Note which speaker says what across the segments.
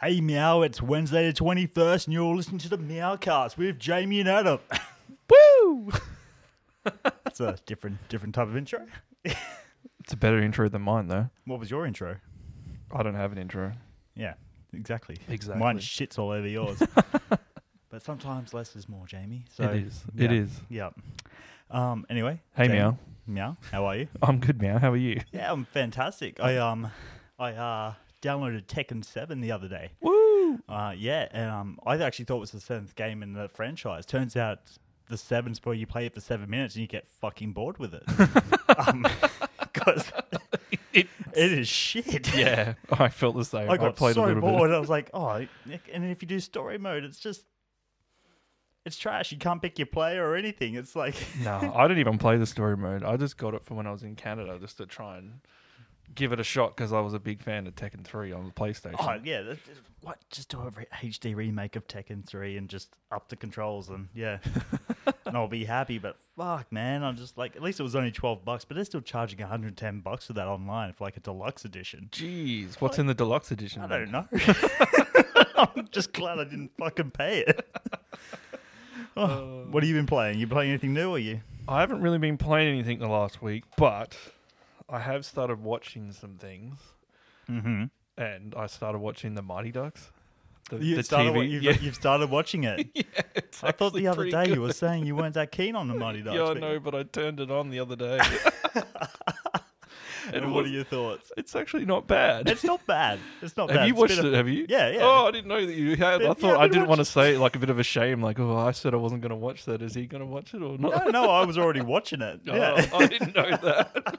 Speaker 1: Hey Meow, it's Wednesday the 21st, and you're listening to the Meowcast with Jamie and Adam.
Speaker 2: Woo!
Speaker 1: That's a different different type of intro.
Speaker 2: It's a better intro than mine, though.
Speaker 1: What was your intro?
Speaker 2: I don't have an intro.
Speaker 1: Yeah, exactly.
Speaker 2: Exactly.
Speaker 1: Mine shits all over yours. but sometimes less is more, Jamie. So
Speaker 2: it is. It
Speaker 1: yeah,
Speaker 2: is.
Speaker 1: Yeah. Um anyway.
Speaker 2: Hey,
Speaker 1: Jamie-
Speaker 2: Meow.
Speaker 1: Meow, how are you?
Speaker 2: I'm good, Meow. How are you?
Speaker 1: yeah, I'm fantastic. I um I uh downloaded Tekken 7 the other day.
Speaker 2: Woo!
Speaker 1: Uh, yeah, and um, I actually thought it was the seventh game in the franchise. Turns out the seven's where you play it for seven minutes and you get fucking bored with it. Because
Speaker 2: It,
Speaker 1: it is shit.
Speaker 2: yeah, I felt the same.
Speaker 1: I got
Speaker 2: played a
Speaker 1: so
Speaker 2: little
Speaker 1: bored. I was like, oh, Nick, and if you do story mode, it's just. It's trash. You can't pick your player or anything. It's like.
Speaker 2: bit. No, I didn't even play the story mode. I just got it for when I was in Canada, just to try and give it a shot because I was a big fan of Tekken 3 on the PlayStation.
Speaker 1: Oh yeah, that- that- what? Just do a re- HD remake of Tekken three and just up the controls and yeah, and I'll be happy. But fuck, man, I'm just like, at least it was only twelve bucks, but they're still charging 110 bucks for that online for like a deluxe edition.
Speaker 2: Jeez, what's in the deluxe edition?
Speaker 1: I don't
Speaker 2: then?
Speaker 1: know. I'm just glad I didn't fucking pay it. Oh, what have you been playing? You playing anything new? Are you?
Speaker 2: I haven't really been playing anything the last week, but I have started watching some things.
Speaker 1: Mm-hmm.
Speaker 2: and I started watching the Mighty Ducks. The,
Speaker 1: You
Speaker 2: the
Speaker 1: started, wa-
Speaker 2: TV,
Speaker 1: you've,
Speaker 2: yeah,
Speaker 1: you've started watching it.
Speaker 2: it's
Speaker 1: I thought
Speaker 2: actually
Speaker 1: the other
Speaker 2: pretty
Speaker 1: day
Speaker 2: good.
Speaker 1: you were saying you weren't that keen on the Mighty Ducks.
Speaker 2: Yeah, I
Speaker 1: but-
Speaker 2: know, but I turned it on the other day. and
Speaker 1: And
Speaker 2: it
Speaker 1: what
Speaker 2: was-
Speaker 1: are your thoughts?
Speaker 2: It's actually not bad.
Speaker 1: It's not bad. It's not bad.
Speaker 2: have you
Speaker 1: It's
Speaker 2: watched
Speaker 1: been a-
Speaker 2: it? Have you?
Speaker 1: Yeah, yeah.
Speaker 2: Oh, I didn't know that you had.
Speaker 1: Yeah,
Speaker 2: I thought
Speaker 1: I've
Speaker 2: I
Speaker 1: been
Speaker 2: didn't want to
Speaker 1: watching-
Speaker 2: say it like a bit of a shame, like, oh, I said I wasn't going to watch that. Is he going to watch it or not?
Speaker 1: No, no, I was already watching it.
Speaker 2: Oh,
Speaker 1: Yeah.
Speaker 2: I didn't know that.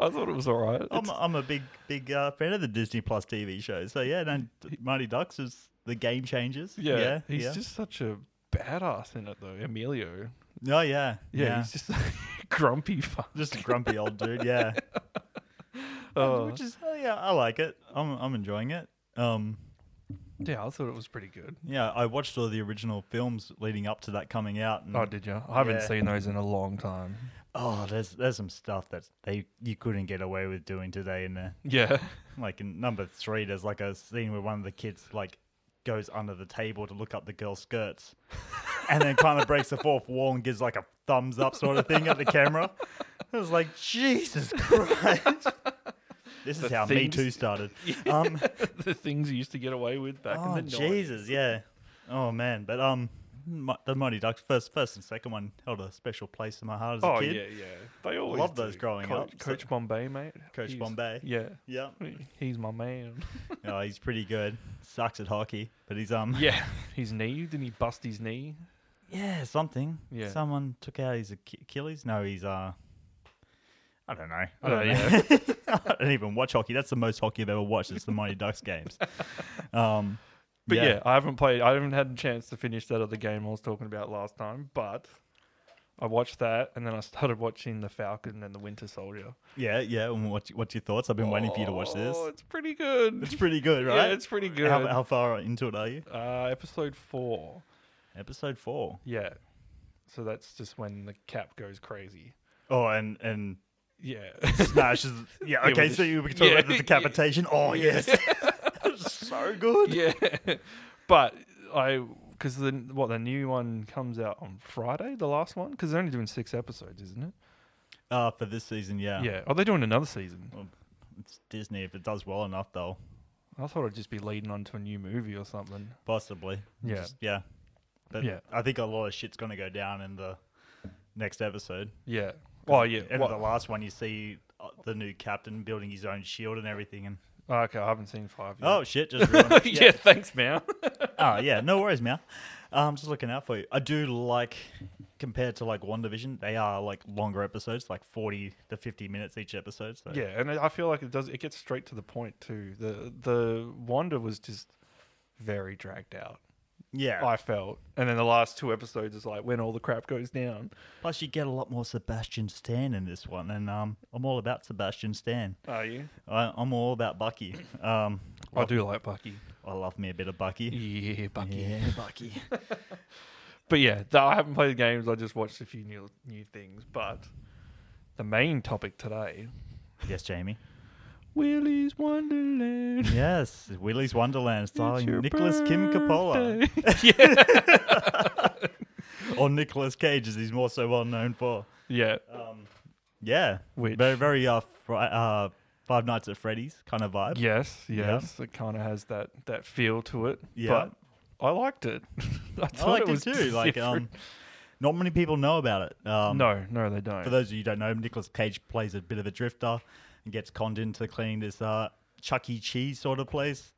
Speaker 2: I thought it was all right.
Speaker 1: I'm,
Speaker 2: It's-
Speaker 1: I'm a big, big uh, fan of the Disney Plus TV show. So, yeah, no, Mighty Ducks is the game changers.
Speaker 2: yeah,
Speaker 1: Yeah.
Speaker 2: he's
Speaker 1: yeah.
Speaker 2: just such a badass in it, though. Emilio.
Speaker 1: oh, yeah.
Speaker 2: Yeah, he's just a grumpy. Fuck.
Speaker 1: just a grumpy old dude. Yeah.
Speaker 2: Oh.
Speaker 1: Which is, oh, yeah, I like it. I'm, I'm enjoying it. Um,
Speaker 2: Yeah, I thought it was pretty good.
Speaker 1: yeah, I watched all the original films leading up to that coming out. And,
Speaker 2: Oh, did you? I haven't
Speaker 1: Yeah.
Speaker 2: seen those in a long time.
Speaker 1: oh, there's there's some stuff that they you couldn't get away with doing today in there.
Speaker 2: Yeah.
Speaker 1: like in number three, there's like a scene where one of the kids like goes under the table to look up the girl's skirts, and then kind of breaks the fourth wall and gives like a thumbs up sort of thing at the camera. It was like Jesus Christ. This is
Speaker 2: The
Speaker 1: how
Speaker 2: things-
Speaker 1: Me Too started. Um,
Speaker 2: the things you used to get away with back
Speaker 1: oh
Speaker 2: in the 90s.
Speaker 1: Jesus, yeah. Oh man, but um, Mi- the Mighty Ducks first, first and second one held a special place in my heart as a
Speaker 2: Oh,
Speaker 1: kid.
Speaker 2: yeah, yeah. They always
Speaker 1: Loved those
Speaker 2: do.
Speaker 1: growing
Speaker 2: Coach,
Speaker 1: up, so-
Speaker 2: Coach Bombay, mate.
Speaker 1: Coach
Speaker 2: He's-
Speaker 1: Bombay.
Speaker 2: Yeah.
Speaker 1: Yeah,
Speaker 2: He's my man.
Speaker 1: oh, he's pretty good. Sucks at hockey, but he's um,
Speaker 2: yeah. His knee. Didn't he bust his knee?
Speaker 1: Yeah, something.
Speaker 2: Yeah.
Speaker 1: Someone took out his Ach- Achilles. No, he's uh I don't know. I
Speaker 2: Oh,
Speaker 1: don't, know.
Speaker 2: yeah.
Speaker 1: I don't even watch hockey. That's the most hockey I've ever watched. It's the Mighty Ducks games. Um
Speaker 2: But yeah. I haven't played. I haven't had a chance to finish that other game I was talking about last time, but. I watched that, and then I started watching The Falcon and The Winter Soldier.
Speaker 1: Yeah, yeah. And what, what's your thoughts? I've been waiting for you to watch this.
Speaker 2: Oh, it's pretty good.
Speaker 1: It's pretty good, right?
Speaker 2: Yeah, it's pretty good.
Speaker 1: How, how far into it are you?
Speaker 2: uh, episode four.
Speaker 1: Episode four.
Speaker 2: Yeah. So that's just when the cap goes crazy.
Speaker 1: Oh, and and
Speaker 2: Yeah.
Speaker 1: smashes. Yeah,
Speaker 2: Yeah,
Speaker 1: okay.
Speaker 2: with
Speaker 1: So
Speaker 2: the sh-
Speaker 1: you we can talk
Speaker 2: yeah,
Speaker 1: about the
Speaker 2: yeah.
Speaker 1: decapitation. Oh yes, so good.
Speaker 2: yeah. But I because the what the new one comes out on Friday, the last one because they're only doing six episodes, isn't it?
Speaker 1: Uh, for this season, yeah.
Speaker 2: Yeah. Are they doing another season?
Speaker 1: It's Disney. If it does well enough, they'll
Speaker 2: I thought it'd just be leading on to a new movie or something.
Speaker 1: Possibly.
Speaker 2: Yeah.
Speaker 1: Just- yeah. But
Speaker 2: Yeah.
Speaker 1: I think a lot of shit's going to go down in the next episode.
Speaker 2: Yeah. Oh yeah.
Speaker 1: And
Speaker 2: What-
Speaker 1: the last one, you see uh, the new captain building his own shield and everything. And
Speaker 2: okay, I haven't seen five. Yet.
Speaker 1: oh shit, just ruined it.
Speaker 2: yeah. Thanks, man.
Speaker 1: Oh yeah, no worries, Meow. Um, just looking out for you. I do like compared to like One Division, they are like longer episodes, like forty to fifty minutes each episode. So
Speaker 2: Yeah, and I I feel like it does. It gets straight to the point too. The the Wanda was just very dragged out.
Speaker 1: yeah.
Speaker 2: I felt, and then the last two episodes is like when all the crap goes down.
Speaker 1: Plus, you get a lot more Sebastian Stan in this one, and um, I'm all about Sebastian Stan.
Speaker 2: Are you?
Speaker 1: I, I'm all about Bucky. Um,
Speaker 2: I do like Bucky.
Speaker 1: I love me a bit of Bucky.
Speaker 2: Yeah, Bucky.
Speaker 1: Bucky.
Speaker 2: But yeah, th- I haven't played the games. I just watched a few new new things. But the main topic today
Speaker 1: yes, Jamie.
Speaker 2: Willy's Wonderland.
Speaker 1: Yes, Willy's Wonderland
Speaker 2: It's
Speaker 1: starring
Speaker 2: your
Speaker 1: Nicholas Kim Coppola
Speaker 2: birthday. yeah.
Speaker 1: or Nicholas Cage, as he's more so well known for.
Speaker 2: Yeah.
Speaker 1: Yeah,
Speaker 2: Which-
Speaker 1: very very uh, fri- uh Five Nights at Freddy's kind of vibe.
Speaker 2: Yes, yes. It kind of has that that feel to it.
Speaker 1: Yeah.
Speaker 2: But I liked it. I, thought
Speaker 1: I liked
Speaker 2: it
Speaker 1: it,
Speaker 2: was
Speaker 1: too. Like, um,
Speaker 2: different.
Speaker 1: not many people know about it. Um,
Speaker 2: no, no, they don't.
Speaker 1: For those of you who don't know, Nicolas Cage plays a bit of a drifter and gets conned into cleaning this uh, Chuck E. Cheese sort of place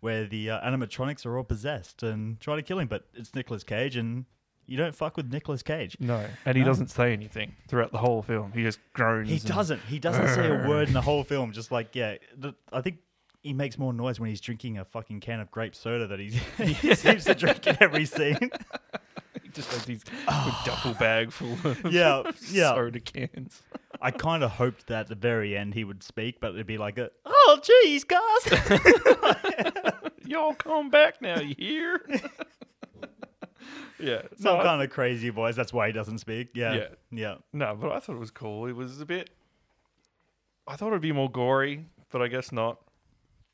Speaker 1: where the uh, animatronics are all possessed and try to kill him. But it's Nicolas Cage, and you don't fuck with Nicolas Cage.
Speaker 2: no, and he
Speaker 1: No.
Speaker 2: doesn't say anything throughout the whole film. He just groans.
Speaker 1: He
Speaker 2: and-
Speaker 1: doesn't. He doesn't say a word in the whole film. Just like yeah, th- I think he makes more noise when he's drinking a fucking can of grape soda that he's, he seems to drink in every scene.
Speaker 2: He just has these big duffel bag full of
Speaker 1: yeah, yeah.
Speaker 2: soda cans.
Speaker 1: I kind of hoped that at the very end he would speak, but it'd be like a oh jeez, guys.
Speaker 2: Y'all come back now. You hear? yeah.
Speaker 1: Some
Speaker 2: no, I-
Speaker 1: kind of crazy voice. That's why he doesn't speak. Yeah, yeah.
Speaker 2: Yeah. No, but I thought it was cool. It was a bit. I thought it'd be more gory, but I guess not.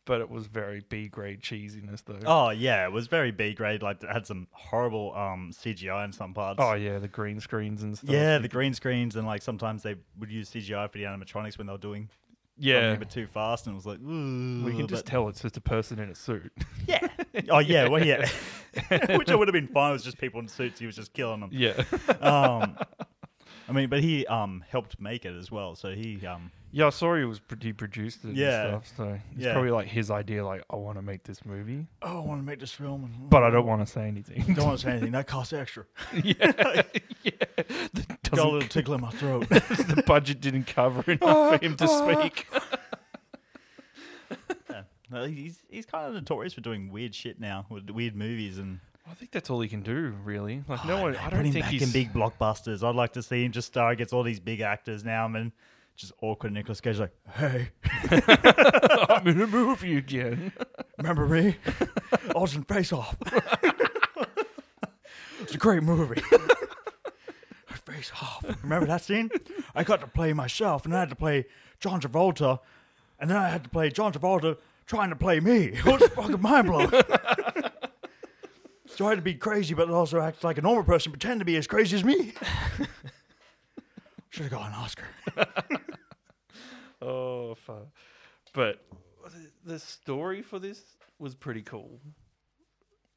Speaker 2: But it was very B grade cheesiness, though.
Speaker 1: Oh yeah, it was very B grade. Like it had some horrible um CGI in some parts.
Speaker 2: Oh, yeah, the green screens and stuff.
Speaker 1: yeah, the green screens and like sometimes they would use CGI for the animatronics when they were doing
Speaker 2: yeah.
Speaker 1: something a bit too fast, and it was like
Speaker 2: We can just tell it's just a person in a suit.
Speaker 1: yeah. Oh yeah, well yeah. Which I would have been fine. It was just people in suits. He was just killing them.
Speaker 2: yeah,
Speaker 1: Um, I mean, but he um helped make it as well. So he um
Speaker 2: yeah. I saw he was pro- he produced it
Speaker 1: Yeah.
Speaker 2: and stuff, so it's
Speaker 1: Yeah.
Speaker 2: probably like his idea. Like, I want to make this movie,
Speaker 1: oh I want to make this film, and,
Speaker 2: but I don't want to say anything.
Speaker 1: don't want to say anything. That costs extra. Got a
Speaker 2: Doesn't-
Speaker 1: little tickle in my throat.
Speaker 2: the budget didn't cover enough for him to
Speaker 1: Ah.
Speaker 2: speak.
Speaker 1: No, he's he's kind of notorious for doing weird shit now with weird movies and
Speaker 2: I think that's all he can do, really. Like, no one. I don't
Speaker 1: Oh, put him
Speaker 2: think
Speaker 1: back
Speaker 2: he's
Speaker 1: in big blockbusters. I'd like to see him just star against all these big actors now and just awkward Nicholas Cage like, hey,
Speaker 2: I'm in a movie again.
Speaker 1: remember me? I was in Face Off. it's a great movie. Face Off. Remember that scene? I got to play myself, and I had to play John Travolta, and then I had to play John Travolta trying to play me. It was fucking mind blowing. so I had to be crazy, but also act like a normal person, pretend to be as crazy as me. Should have got an Oscar.
Speaker 2: Oh fuck! But the story for this was pretty cool.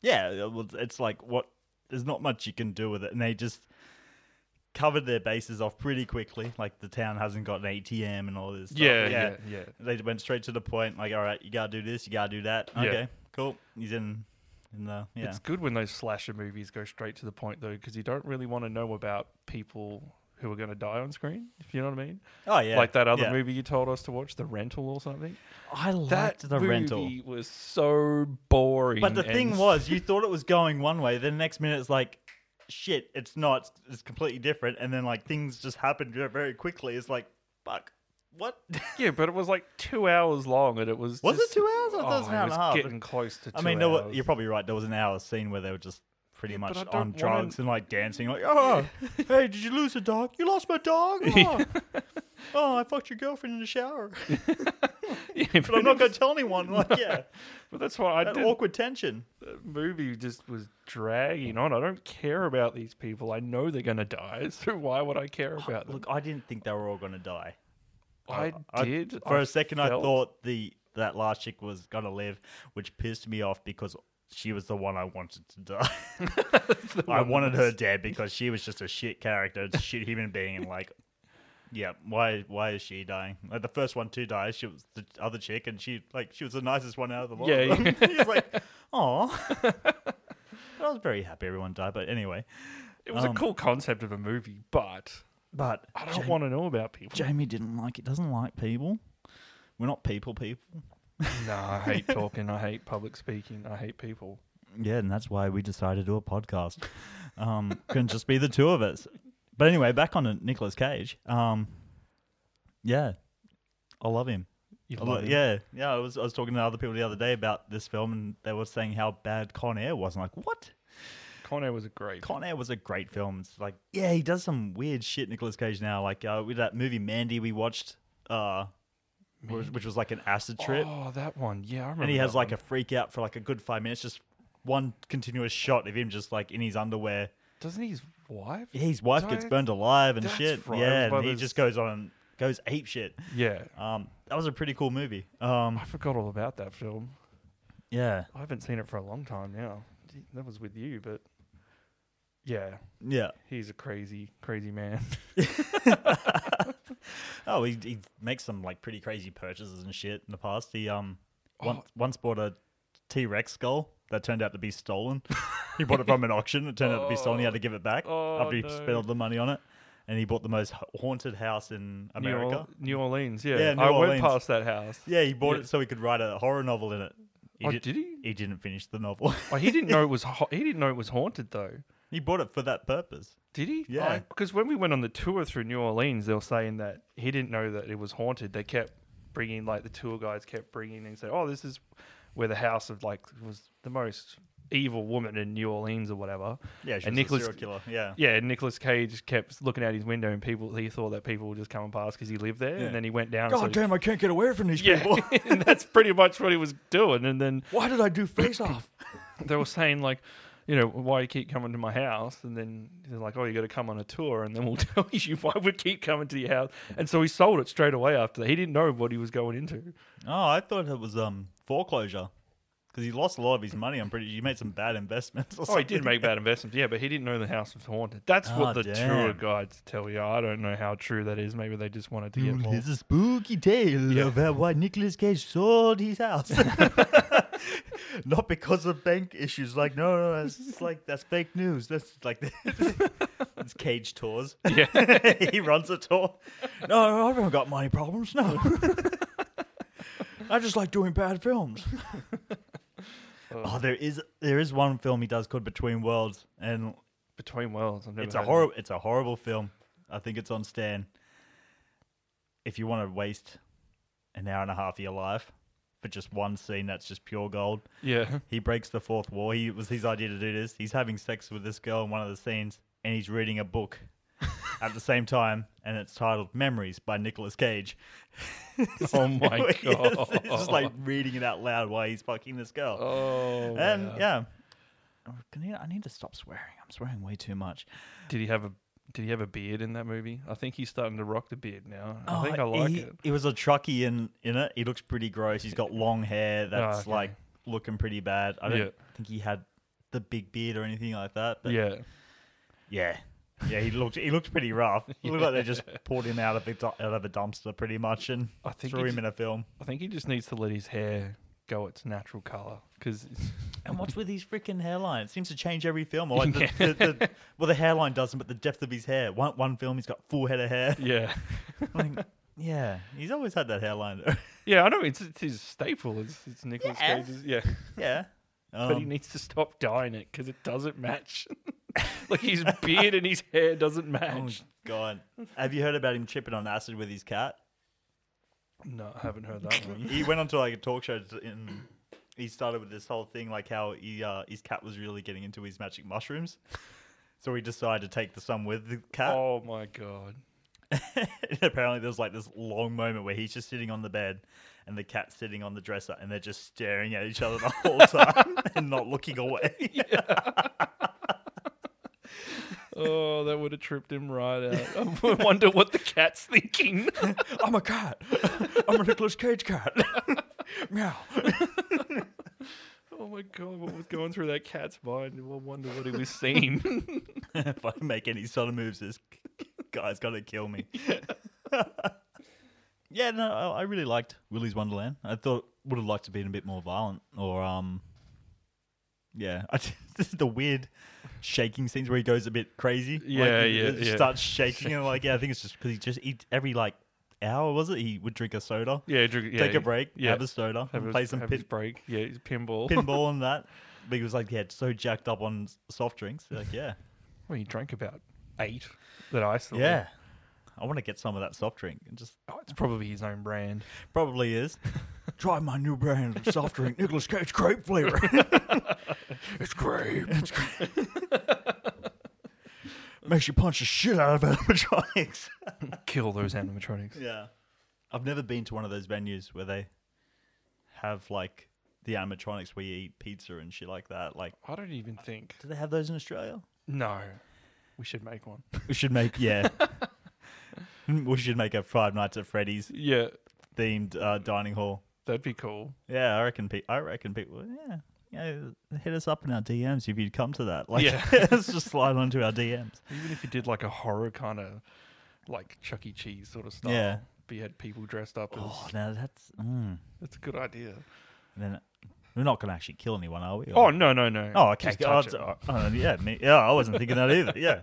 Speaker 1: Yeah, it was- it's like what there's not much you can do with it, and they just covered their bases off pretty quickly. Like the town hasn't got an ATM and all this. Stuff.
Speaker 2: Yeah, yeah, yeah.
Speaker 1: They went straight to the point. Like, all right, you gotta do this, you gotta do that.
Speaker 2: Yeah.
Speaker 1: Okay, cool. He's in, in the yeah.
Speaker 2: It's good when those slasher movies go straight to the point though, because you don't really want to know about people who are going to die on screen. If you know what I mean?
Speaker 1: oh yeah,
Speaker 2: like that other
Speaker 1: yeah.
Speaker 2: movie you told us to watch, The Rental or something.
Speaker 1: I
Speaker 2: That
Speaker 1: liked the
Speaker 2: movie
Speaker 1: rental.
Speaker 2: was so boring.
Speaker 1: But the thing
Speaker 2: and-
Speaker 1: was, you thought it was going one way. Then the next minute, it's like, shit, it's not. It's, it's completely different. And then like things just happened very quickly. It's like, fuck, what?
Speaker 2: yeah, but it was like two hours long, and it was
Speaker 1: Was it
Speaker 2: just- Oh,
Speaker 1: two hours? I thought Oh, it was an hour and a half.
Speaker 2: Getting close to. Two
Speaker 1: I mean, there
Speaker 2: hours.
Speaker 1: were, you're probably right. There was an hour scene where they were just pretty much
Speaker 2: but I don't
Speaker 1: on
Speaker 2: wanna-
Speaker 1: drugs and like dancing, like, oh, hey, did you lose a dog? You lost my dog. Oh, oh I fucked your girlfriend in the shower,
Speaker 2: Yeah,
Speaker 1: but I'm not going to tell anyone. Like, yeah,
Speaker 2: But that's why I
Speaker 1: that
Speaker 2: did.
Speaker 1: awkward tension.
Speaker 2: The movie just was dragging on. I don't care about these people. I know they're going to die, so why would I care about them?
Speaker 1: Look, I didn't think they were all going to die.
Speaker 2: I, did.
Speaker 1: For
Speaker 2: a
Speaker 1: a second, I
Speaker 2: felt-
Speaker 1: thought the that last chick was going to live, which pissed me off because she was the one I wanted to die. I wanted her dead because she was just a shit character, a shit human being, and like, yeah, why why is she dying? Like the first one to die, she was the other chick, and she like she was the nicest one out of the lot.
Speaker 2: Yeah,
Speaker 1: of
Speaker 2: yeah.
Speaker 1: them. He was like, aw. But I was very happy everyone died. But anyway,
Speaker 2: It was a
Speaker 1: um,
Speaker 2: cool concept of a movie, but
Speaker 1: but
Speaker 2: I don't want to know about people.
Speaker 1: Jamie didn't like it. Doesn't like people. We're not people, people.
Speaker 2: no, I hate talking. I hate public speaking. I hate people.
Speaker 1: Yeah, and that's why we decided to do a podcast. Um, couldn't just be the two of us. But anyway, back on to Nicolas Cage. Um, yeah, I love him.
Speaker 2: You
Speaker 1: I lo-
Speaker 2: love it.
Speaker 1: Yeah, yeah. I was I was talking to other people the other day about this film, and they were saying how bad Con Air was. I'm like, what?
Speaker 2: Con Air was a great.
Speaker 1: Con Air was a great film. It's like, yeah, he does some weird shit. Nicolas Cage now, like uh, with that movie Mandy we watched. Uh, which, which was like an acid trip.
Speaker 2: Oh, that one. Yeah, I remember.
Speaker 1: and he has
Speaker 2: that
Speaker 1: like
Speaker 2: one.
Speaker 1: a freak out for like a good five minutes, just one continuous shot of him just like in his underwear.
Speaker 2: Doesn't his wife?
Speaker 1: His wife gets
Speaker 2: Don't-
Speaker 1: burned alive and
Speaker 2: that's
Speaker 1: shit.
Speaker 2: right,
Speaker 1: Yeah,
Speaker 2: it was
Speaker 1: and he
Speaker 2: one of
Speaker 1: just goes on and goes ape shit.
Speaker 2: Yeah.
Speaker 1: Um, that was a pretty cool movie. Um,
Speaker 2: I forgot all about that film.
Speaker 1: yeah,
Speaker 2: I haven't seen it for a long time now. Gee, That was with you, but yeah,
Speaker 1: yeah.
Speaker 2: he's a crazy, crazy man.
Speaker 1: Oh, he, he makes some like pretty crazy purchases and shit in the past. He um once,
Speaker 2: Oh.
Speaker 1: once bought a T Rex skull that turned out to be stolen. he bought it from an auction. It turned out to be stolen. He had to give it back
Speaker 2: Oh,
Speaker 1: after he
Speaker 2: no.
Speaker 1: spent all the money on it. And he bought the most ha- haunted house in
Speaker 2: New,
Speaker 1: America.
Speaker 2: Or- New Orleans, yeah.
Speaker 1: Yeah, New
Speaker 2: I
Speaker 1: Orleans.
Speaker 2: went past that house.
Speaker 1: Yeah, he bought
Speaker 2: Yeah.
Speaker 1: it so he could write a horror novel in it. He
Speaker 2: oh,
Speaker 1: did-
Speaker 2: did he?
Speaker 1: he didn't finish the novel.
Speaker 2: Oh, he didn't know it was. Ha- he didn't know it was haunted though.
Speaker 1: he bought it for that purpose.
Speaker 2: Did he?
Speaker 1: Yeah.
Speaker 2: Because when we went on the tour through New Orleans, they were saying that he didn't know that it was haunted. They kept bringing, like, the tour guides kept bringing and say, oh, this is where the house of, like, was the most evil woman in New Orleans or whatever.
Speaker 1: Yeah, she
Speaker 2: And
Speaker 1: was
Speaker 2: Nicolas-
Speaker 1: a serial killer. Yeah.
Speaker 2: Yeah, Nicholas Cage kept looking out his window and people, he thought that people were just coming past because he lived there.
Speaker 1: Yeah.
Speaker 2: And then he went down.
Speaker 1: God
Speaker 2: and said,
Speaker 1: damn, I can't get away from these
Speaker 2: yeah,
Speaker 1: people.
Speaker 2: and that's pretty much what he was doing. And then
Speaker 1: Why did I do face off?
Speaker 2: they were saying like, you know, why you keep coming to my house? And then they're like, oh, you got to come on a tour, and then we'll tell you why we keep coming to your house. And so he sold it straight away after that. He didn't know what he was going into.
Speaker 1: Oh, I thought it was um foreclosure because he lost a lot of his money. I'm pretty. He made some bad investments. Or
Speaker 2: Oh, he
Speaker 1: something.
Speaker 2: did make bad investments, yeah, but he didn't know the house was haunted. That's what
Speaker 1: Oh,
Speaker 2: the tour
Speaker 1: damn.
Speaker 2: guides tell you. I don't know how true that is. Maybe they just wanted to get more.
Speaker 1: a spooky tale
Speaker 2: Yeah.
Speaker 1: about why Nicolas Cage sold his house. Not because of bank issues. Like, no, no, that's just like that's fake news. That's like it's Cage tours.
Speaker 2: Yeah,
Speaker 1: he runs a tour. No, no, I haven't got money problems. No, I just like doing bad films. oh, there is there is one film he does called Between Worlds, and
Speaker 2: Between Worlds. I've never
Speaker 1: it's a
Speaker 2: heard of
Speaker 1: horrible it's a horrible film. I think it's on Stan. If you want to waste an hour and a half of your life for just one scene that's just pure gold,
Speaker 2: it. Yeah,
Speaker 1: he breaks the fourth wall. He it was his idea to do this. He's having sex with this girl in one of the scenes, and he's reading a book at the same time, and it's titled "Memories" by Nicolas Cage.
Speaker 2: Oh my
Speaker 1: Yes,
Speaker 2: God.
Speaker 1: It's just like reading it out loud while he's fucking this girl.
Speaker 2: Oh,
Speaker 1: and
Speaker 2: wow.
Speaker 1: yeah, Oh, can you- I need to stop swearing. I'm swearing way too much.
Speaker 2: Did he have a Did he have a beard in that movie? I think he's starting to rock the beard now. I think I like
Speaker 1: Oh, he,
Speaker 2: it.
Speaker 1: He was a truckie in in it. He looks pretty gross. He's got long hair that's
Speaker 2: Oh, okay.
Speaker 1: like looking pretty bad. I don't
Speaker 2: Yeah.
Speaker 1: think he had the big beard or anything like that. But
Speaker 2: Yeah.
Speaker 1: Yeah. Yeah, he looked he looked pretty rough. He looked like they just pulled him out of the du- out of a dumpster pretty much and
Speaker 2: I think
Speaker 1: threw
Speaker 2: he
Speaker 1: him
Speaker 2: ju-
Speaker 1: in a film.
Speaker 2: I think he just needs to let his hair go its natural color because
Speaker 1: And what's with his freaking hairline? It seems to change every film. Or Like the, the, the, well, the hairline doesn't, but the depth of his hair. One one film, he's got full head of hair.
Speaker 2: yeah,
Speaker 1: I'm like, yeah, he's always had that hairline. Though.
Speaker 2: yeah. I know it's it's his staple. It's it's Nicholas
Speaker 1: Yeah.
Speaker 2: Cage's. Yeah,
Speaker 1: yeah,
Speaker 2: but he
Speaker 1: Um,
Speaker 2: needs to stop dyeing it because it doesn't match. like his beard and his hair doesn't
Speaker 1: oh
Speaker 2: match.
Speaker 1: god, have you heard about him tripping on acid with his cat? Oh,
Speaker 2: No, I haven't heard that one.
Speaker 1: he went on to like a talk show to- and he started with this whole thing like how he, uh, his cat was really getting into his magic mushrooms so he decided to take the sun with the cat
Speaker 2: Oh my god.
Speaker 1: and apparently there's like this long moment where he's just sitting on the bed and the cat's sitting on the dresser and they're just staring at each other the whole time and not looking away
Speaker 2: Oh, that would have tripped him right out. I wonder what the cat's thinking.
Speaker 1: i'm a cat i'm a nicholas cage cat meow
Speaker 2: Oh my god, what was going through that cat's mind? I wonder what he was seeing.
Speaker 1: if i make any sort of moves this guy's gonna kill me Yeah, no, I I really liked Willy's Wonderland. I thought would have liked to been a bit more violent, or um, yeah, I just, the weird shaking scenes where he goes a bit crazy.
Speaker 2: Yeah,
Speaker 1: like, he-
Speaker 2: yeah,
Speaker 1: he just
Speaker 2: yeah.
Speaker 1: starts shaking and like yeah, I think it's just because he just he, every like hour was it he would drink a soda,
Speaker 2: yeah, drink, yeah,
Speaker 1: take a break,
Speaker 2: yeah.
Speaker 1: have a soda,
Speaker 2: Have his-
Speaker 1: play some
Speaker 2: have
Speaker 1: pin,
Speaker 2: his break. Yeah, his pinball.
Speaker 1: pinball and that. But he was like, yeah, so jacked up on s- soft drinks. Like yeah,
Speaker 2: Well, you drank about eight that I saw.
Speaker 1: yeah, I want to get some of that soft drink and just
Speaker 2: Oh, it's probably his own brand.
Speaker 1: Probably is. Try my new brand of soft drink, Nicholas Cage grape flavor. it's grape. It's grape. Makes you punch the shit out of animatronics.
Speaker 2: Kill those animatronics.
Speaker 1: Yeah. I've never been to one of those venues where they have like the animatronics where you eat pizza and shit like that. Like,
Speaker 2: I don't even think.
Speaker 1: do they have those in Australia?
Speaker 2: No, we should make one.
Speaker 1: We should make yeah. we should make a Five Nights at Freddy's
Speaker 2: Yeah,
Speaker 1: themed uh, dining hall.
Speaker 2: that'd be cool.
Speaker 1: Yeah, I reckon. Pe- I reckon people. Yeah, yeah. Hit us up in our DMs if you'd come to that. Like,
Speaker 2: Yeah.
Speaker 1: let's just slide onto our DMs.
Speaker 2: Even if you did like a horror kind of, like Chuck E. Cheese sort of stuff.
Speaker 1: Yeah.
Speaker 2: But you had people dressed up as.
Speaker 1: Oh, now that's. Mm.
Speaker 2: That's a good idea.
Speaker 1: And then we're not going to actually kill anyone, are we?
Speaker 2: Oh no no no.
Speaker 1: Oh, okay.
Speaker 2: Just
Speaker 1: Oh,
Speaker 2: touch
Speaker 1: it's-
Speaker 2: it.
Speaker 1: oh, oh, yeah, me, yeah. I wasn't thinking that either. Yeah,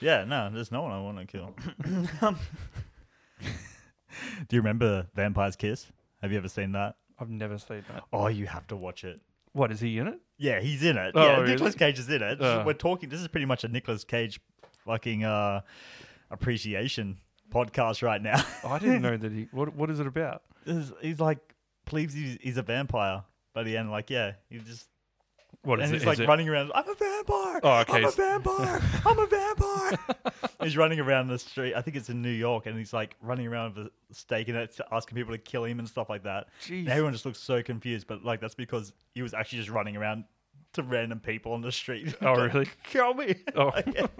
Speaker 1: yeah. No, there's no one I want to kill. Um, Do you remember Vampire's Kiss? Have you ever seen that?
Speaker 2: I've never seen that.
Speaker 1: Oh, you have to watch it.
Speaker 2: What is he in it?
Speaker 1: Yeah, he's in it.
Speaker 2: Oh,
Speaker 1: yeah,
Speaker 2: really?
Speaker 1: Nicolas Cage is in it.
Speaker 2: Oh.
Speaker 1: We're talking. This is pretty much a Nicolas Cage fucking uh, appreciation podcast right now.
Speaker 2: I didn't know that he. What What is it about?
Speaker 1: This is- he's like believes he's, he's a vampire, but he end like yeah, he just
Speaker 2: What
Speaker 1: and he's like running around. I'm a vampire.
Speaker 2: Oh, okay.
Speaker 1: I'm a vampire. I'm a vampire. he's running around the street. I think it's in New York, and he's like running around with a stake in it, asking people to kill him and stuff like that.
Speaker 2: Jeez.
Speaker 1: And everyone just looks so confused, but like that's because he was actually just running around to random people on the street.
Speaker 2: Oh
Speaker 1: Like,
Speaker 2: really?
Speaker 1: Kill me.
Speaker 2: Oh.
Speaker 1: yeah.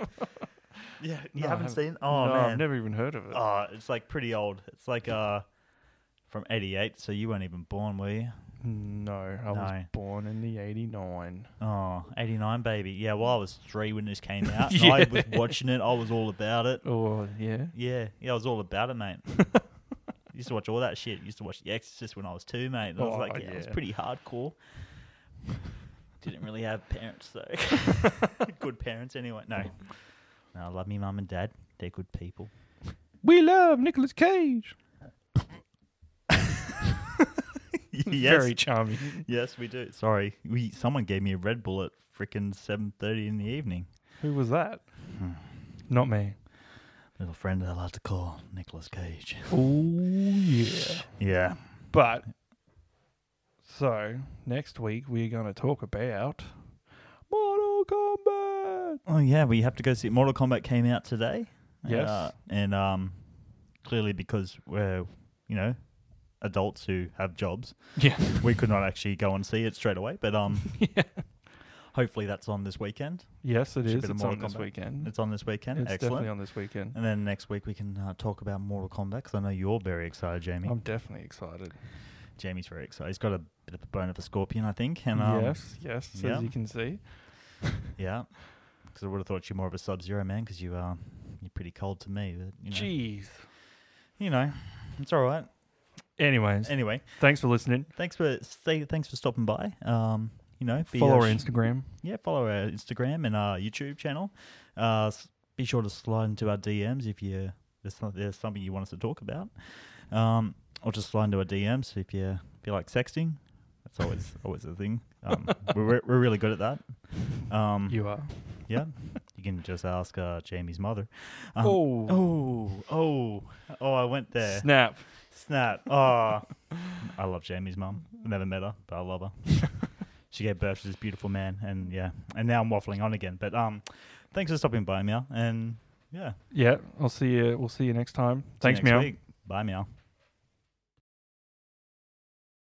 Speaker 1: Yeah, you
Speaker 2: No, I
Speaker 1: haven't,
Speaker 2: haven't.
Speaker 1: seen? Oh
Speaker 2: no,
Speaker 1: man,
Speaker 2: I've never even heard of it.
Speaker 1: Oh, it's like pretty old. It's like uh from '88, so you weren't even born, were you?
Speaker 2: no, I was
Speaker 1: No.
Speaker 2: born in the '89.
Speaker 1: Oh, 89, baby. Yeah, well, I was three when this came out. and
Speaker 2: Yeah.
Speaker 1: I was watching it. I was all about it.
Speaker 2: Oh yeah.
Speaker 1: Yeah, yeah, I was all about it, mate. used to watch all that shit. Used to watch The Exorcist when I was two, mate. And I
Speaker 2: Oh,
Speaker 1: was like, yeah, it was
Speaker 2: yeah.
Speaker 1: pretty hardcore. Didn't really have parents, though. good parents, anyway. No.
Speaker 2: Oh.
Speaker 1: No, I love me mum and dad. They're good people.
Speaker 2: We love Nicolas Cage.
Speaker 1: yes.
Speaker 2: Very charming.
Speaker 1: Yes, we do. Sorry, we someone gave me a Red Bull at frickin' seven thirty in the evening.
Speaker 2: Who was that?
Speaker 1: Hmm.
Speaker 2: Not me.
Speaker 1: Little friend I like to call Nicolas Cage.
Speaker 2: Oh yeah.
Speaker 1: Yeah,
Speaker 2: But so next week we're going to talk about Mortal Kombat.
Speaker 1: Oh yeah, we have to go see. Mortal Kombat came out today.
Speaker 2: Yes.
Speaker 1: Uh, and um, clearly because we're you know adults who have jobs,
Speaker 2: Yeah.
Speaker 1: we could not actually go and see it straight away. But um, hopefully that's on this weekend.
Speaker 2: Yes, it
Speaker 1: Should
Speaker 2: is.
Speaker 1: be the
Speaker 2: It's on
Speaker 1: Mortal
Speaker 2: this
Speaker 1: Kombat.
Speaker 2: weekend. It's,
Speaker 1: It's on this weekend. Excellent.
Speaker 2: definitely on this weekend.
Speaker 1: and then next week we can uh, talk about Mortal Kombat because I know you're very excited, Jamie.
Speaker 2: I'm definitely excited.
Speaker 1: Jamie's very excited. He's got a bit of a bone of a scorpion, I think. And um,
Speaker 2: yes, yes,
Speaker 1: yeah.
Speaker 2: as you can see.
Speaker 1: yeah, because I would have thought you more of a Sub-Zero man because you are you're pretty cold to me. But, you know,
Speaker 2: Jeez.
Speaker 1: you know, it's all right.
Speaker 2: Anyways,
Speaker 1: Anyway,
Speaker 2: thanks for listening.
Speaker 1: thanks for stay, thanks for stopping by. Um, you know, be,
Speaker 2: Follow
Speaker 1: uh,
Speaker 2: our
Speaker 1: sh-
Speaker 2: Instagram.
Speaker 1: yeah, follow our Instagram and our YouTube channel. Uh, s- be sure to slide into our DMs if you there's, some, there's something you want us to talk about, um, or just slide into our DMs if you feel like sexting. That's always always a thing. Um, we're we're- we're really good at that. Um,
Speaker 2: You are.
Speaker 1: yeah, you can just ask uh, Jamie's mother. Um,
Speaker 2: oh,
Speaker 1: oh oh oh! I went there.
Speaker 2: snap.
Speaker 1: Snap. Oh. I love Jamie's mum. I never met her, but I love her. she gave birth to this beautiful man, and yeah. And now I'm waffling on again. But um, thanks for stopping by, Meow. And yeah. see you
Speaker 2: Yeah, I'll see you. We'll see you next time. Thanks,
Speaker 1: next
Speaker 2: Meow.
Speaker 1: week. Bye, Meow.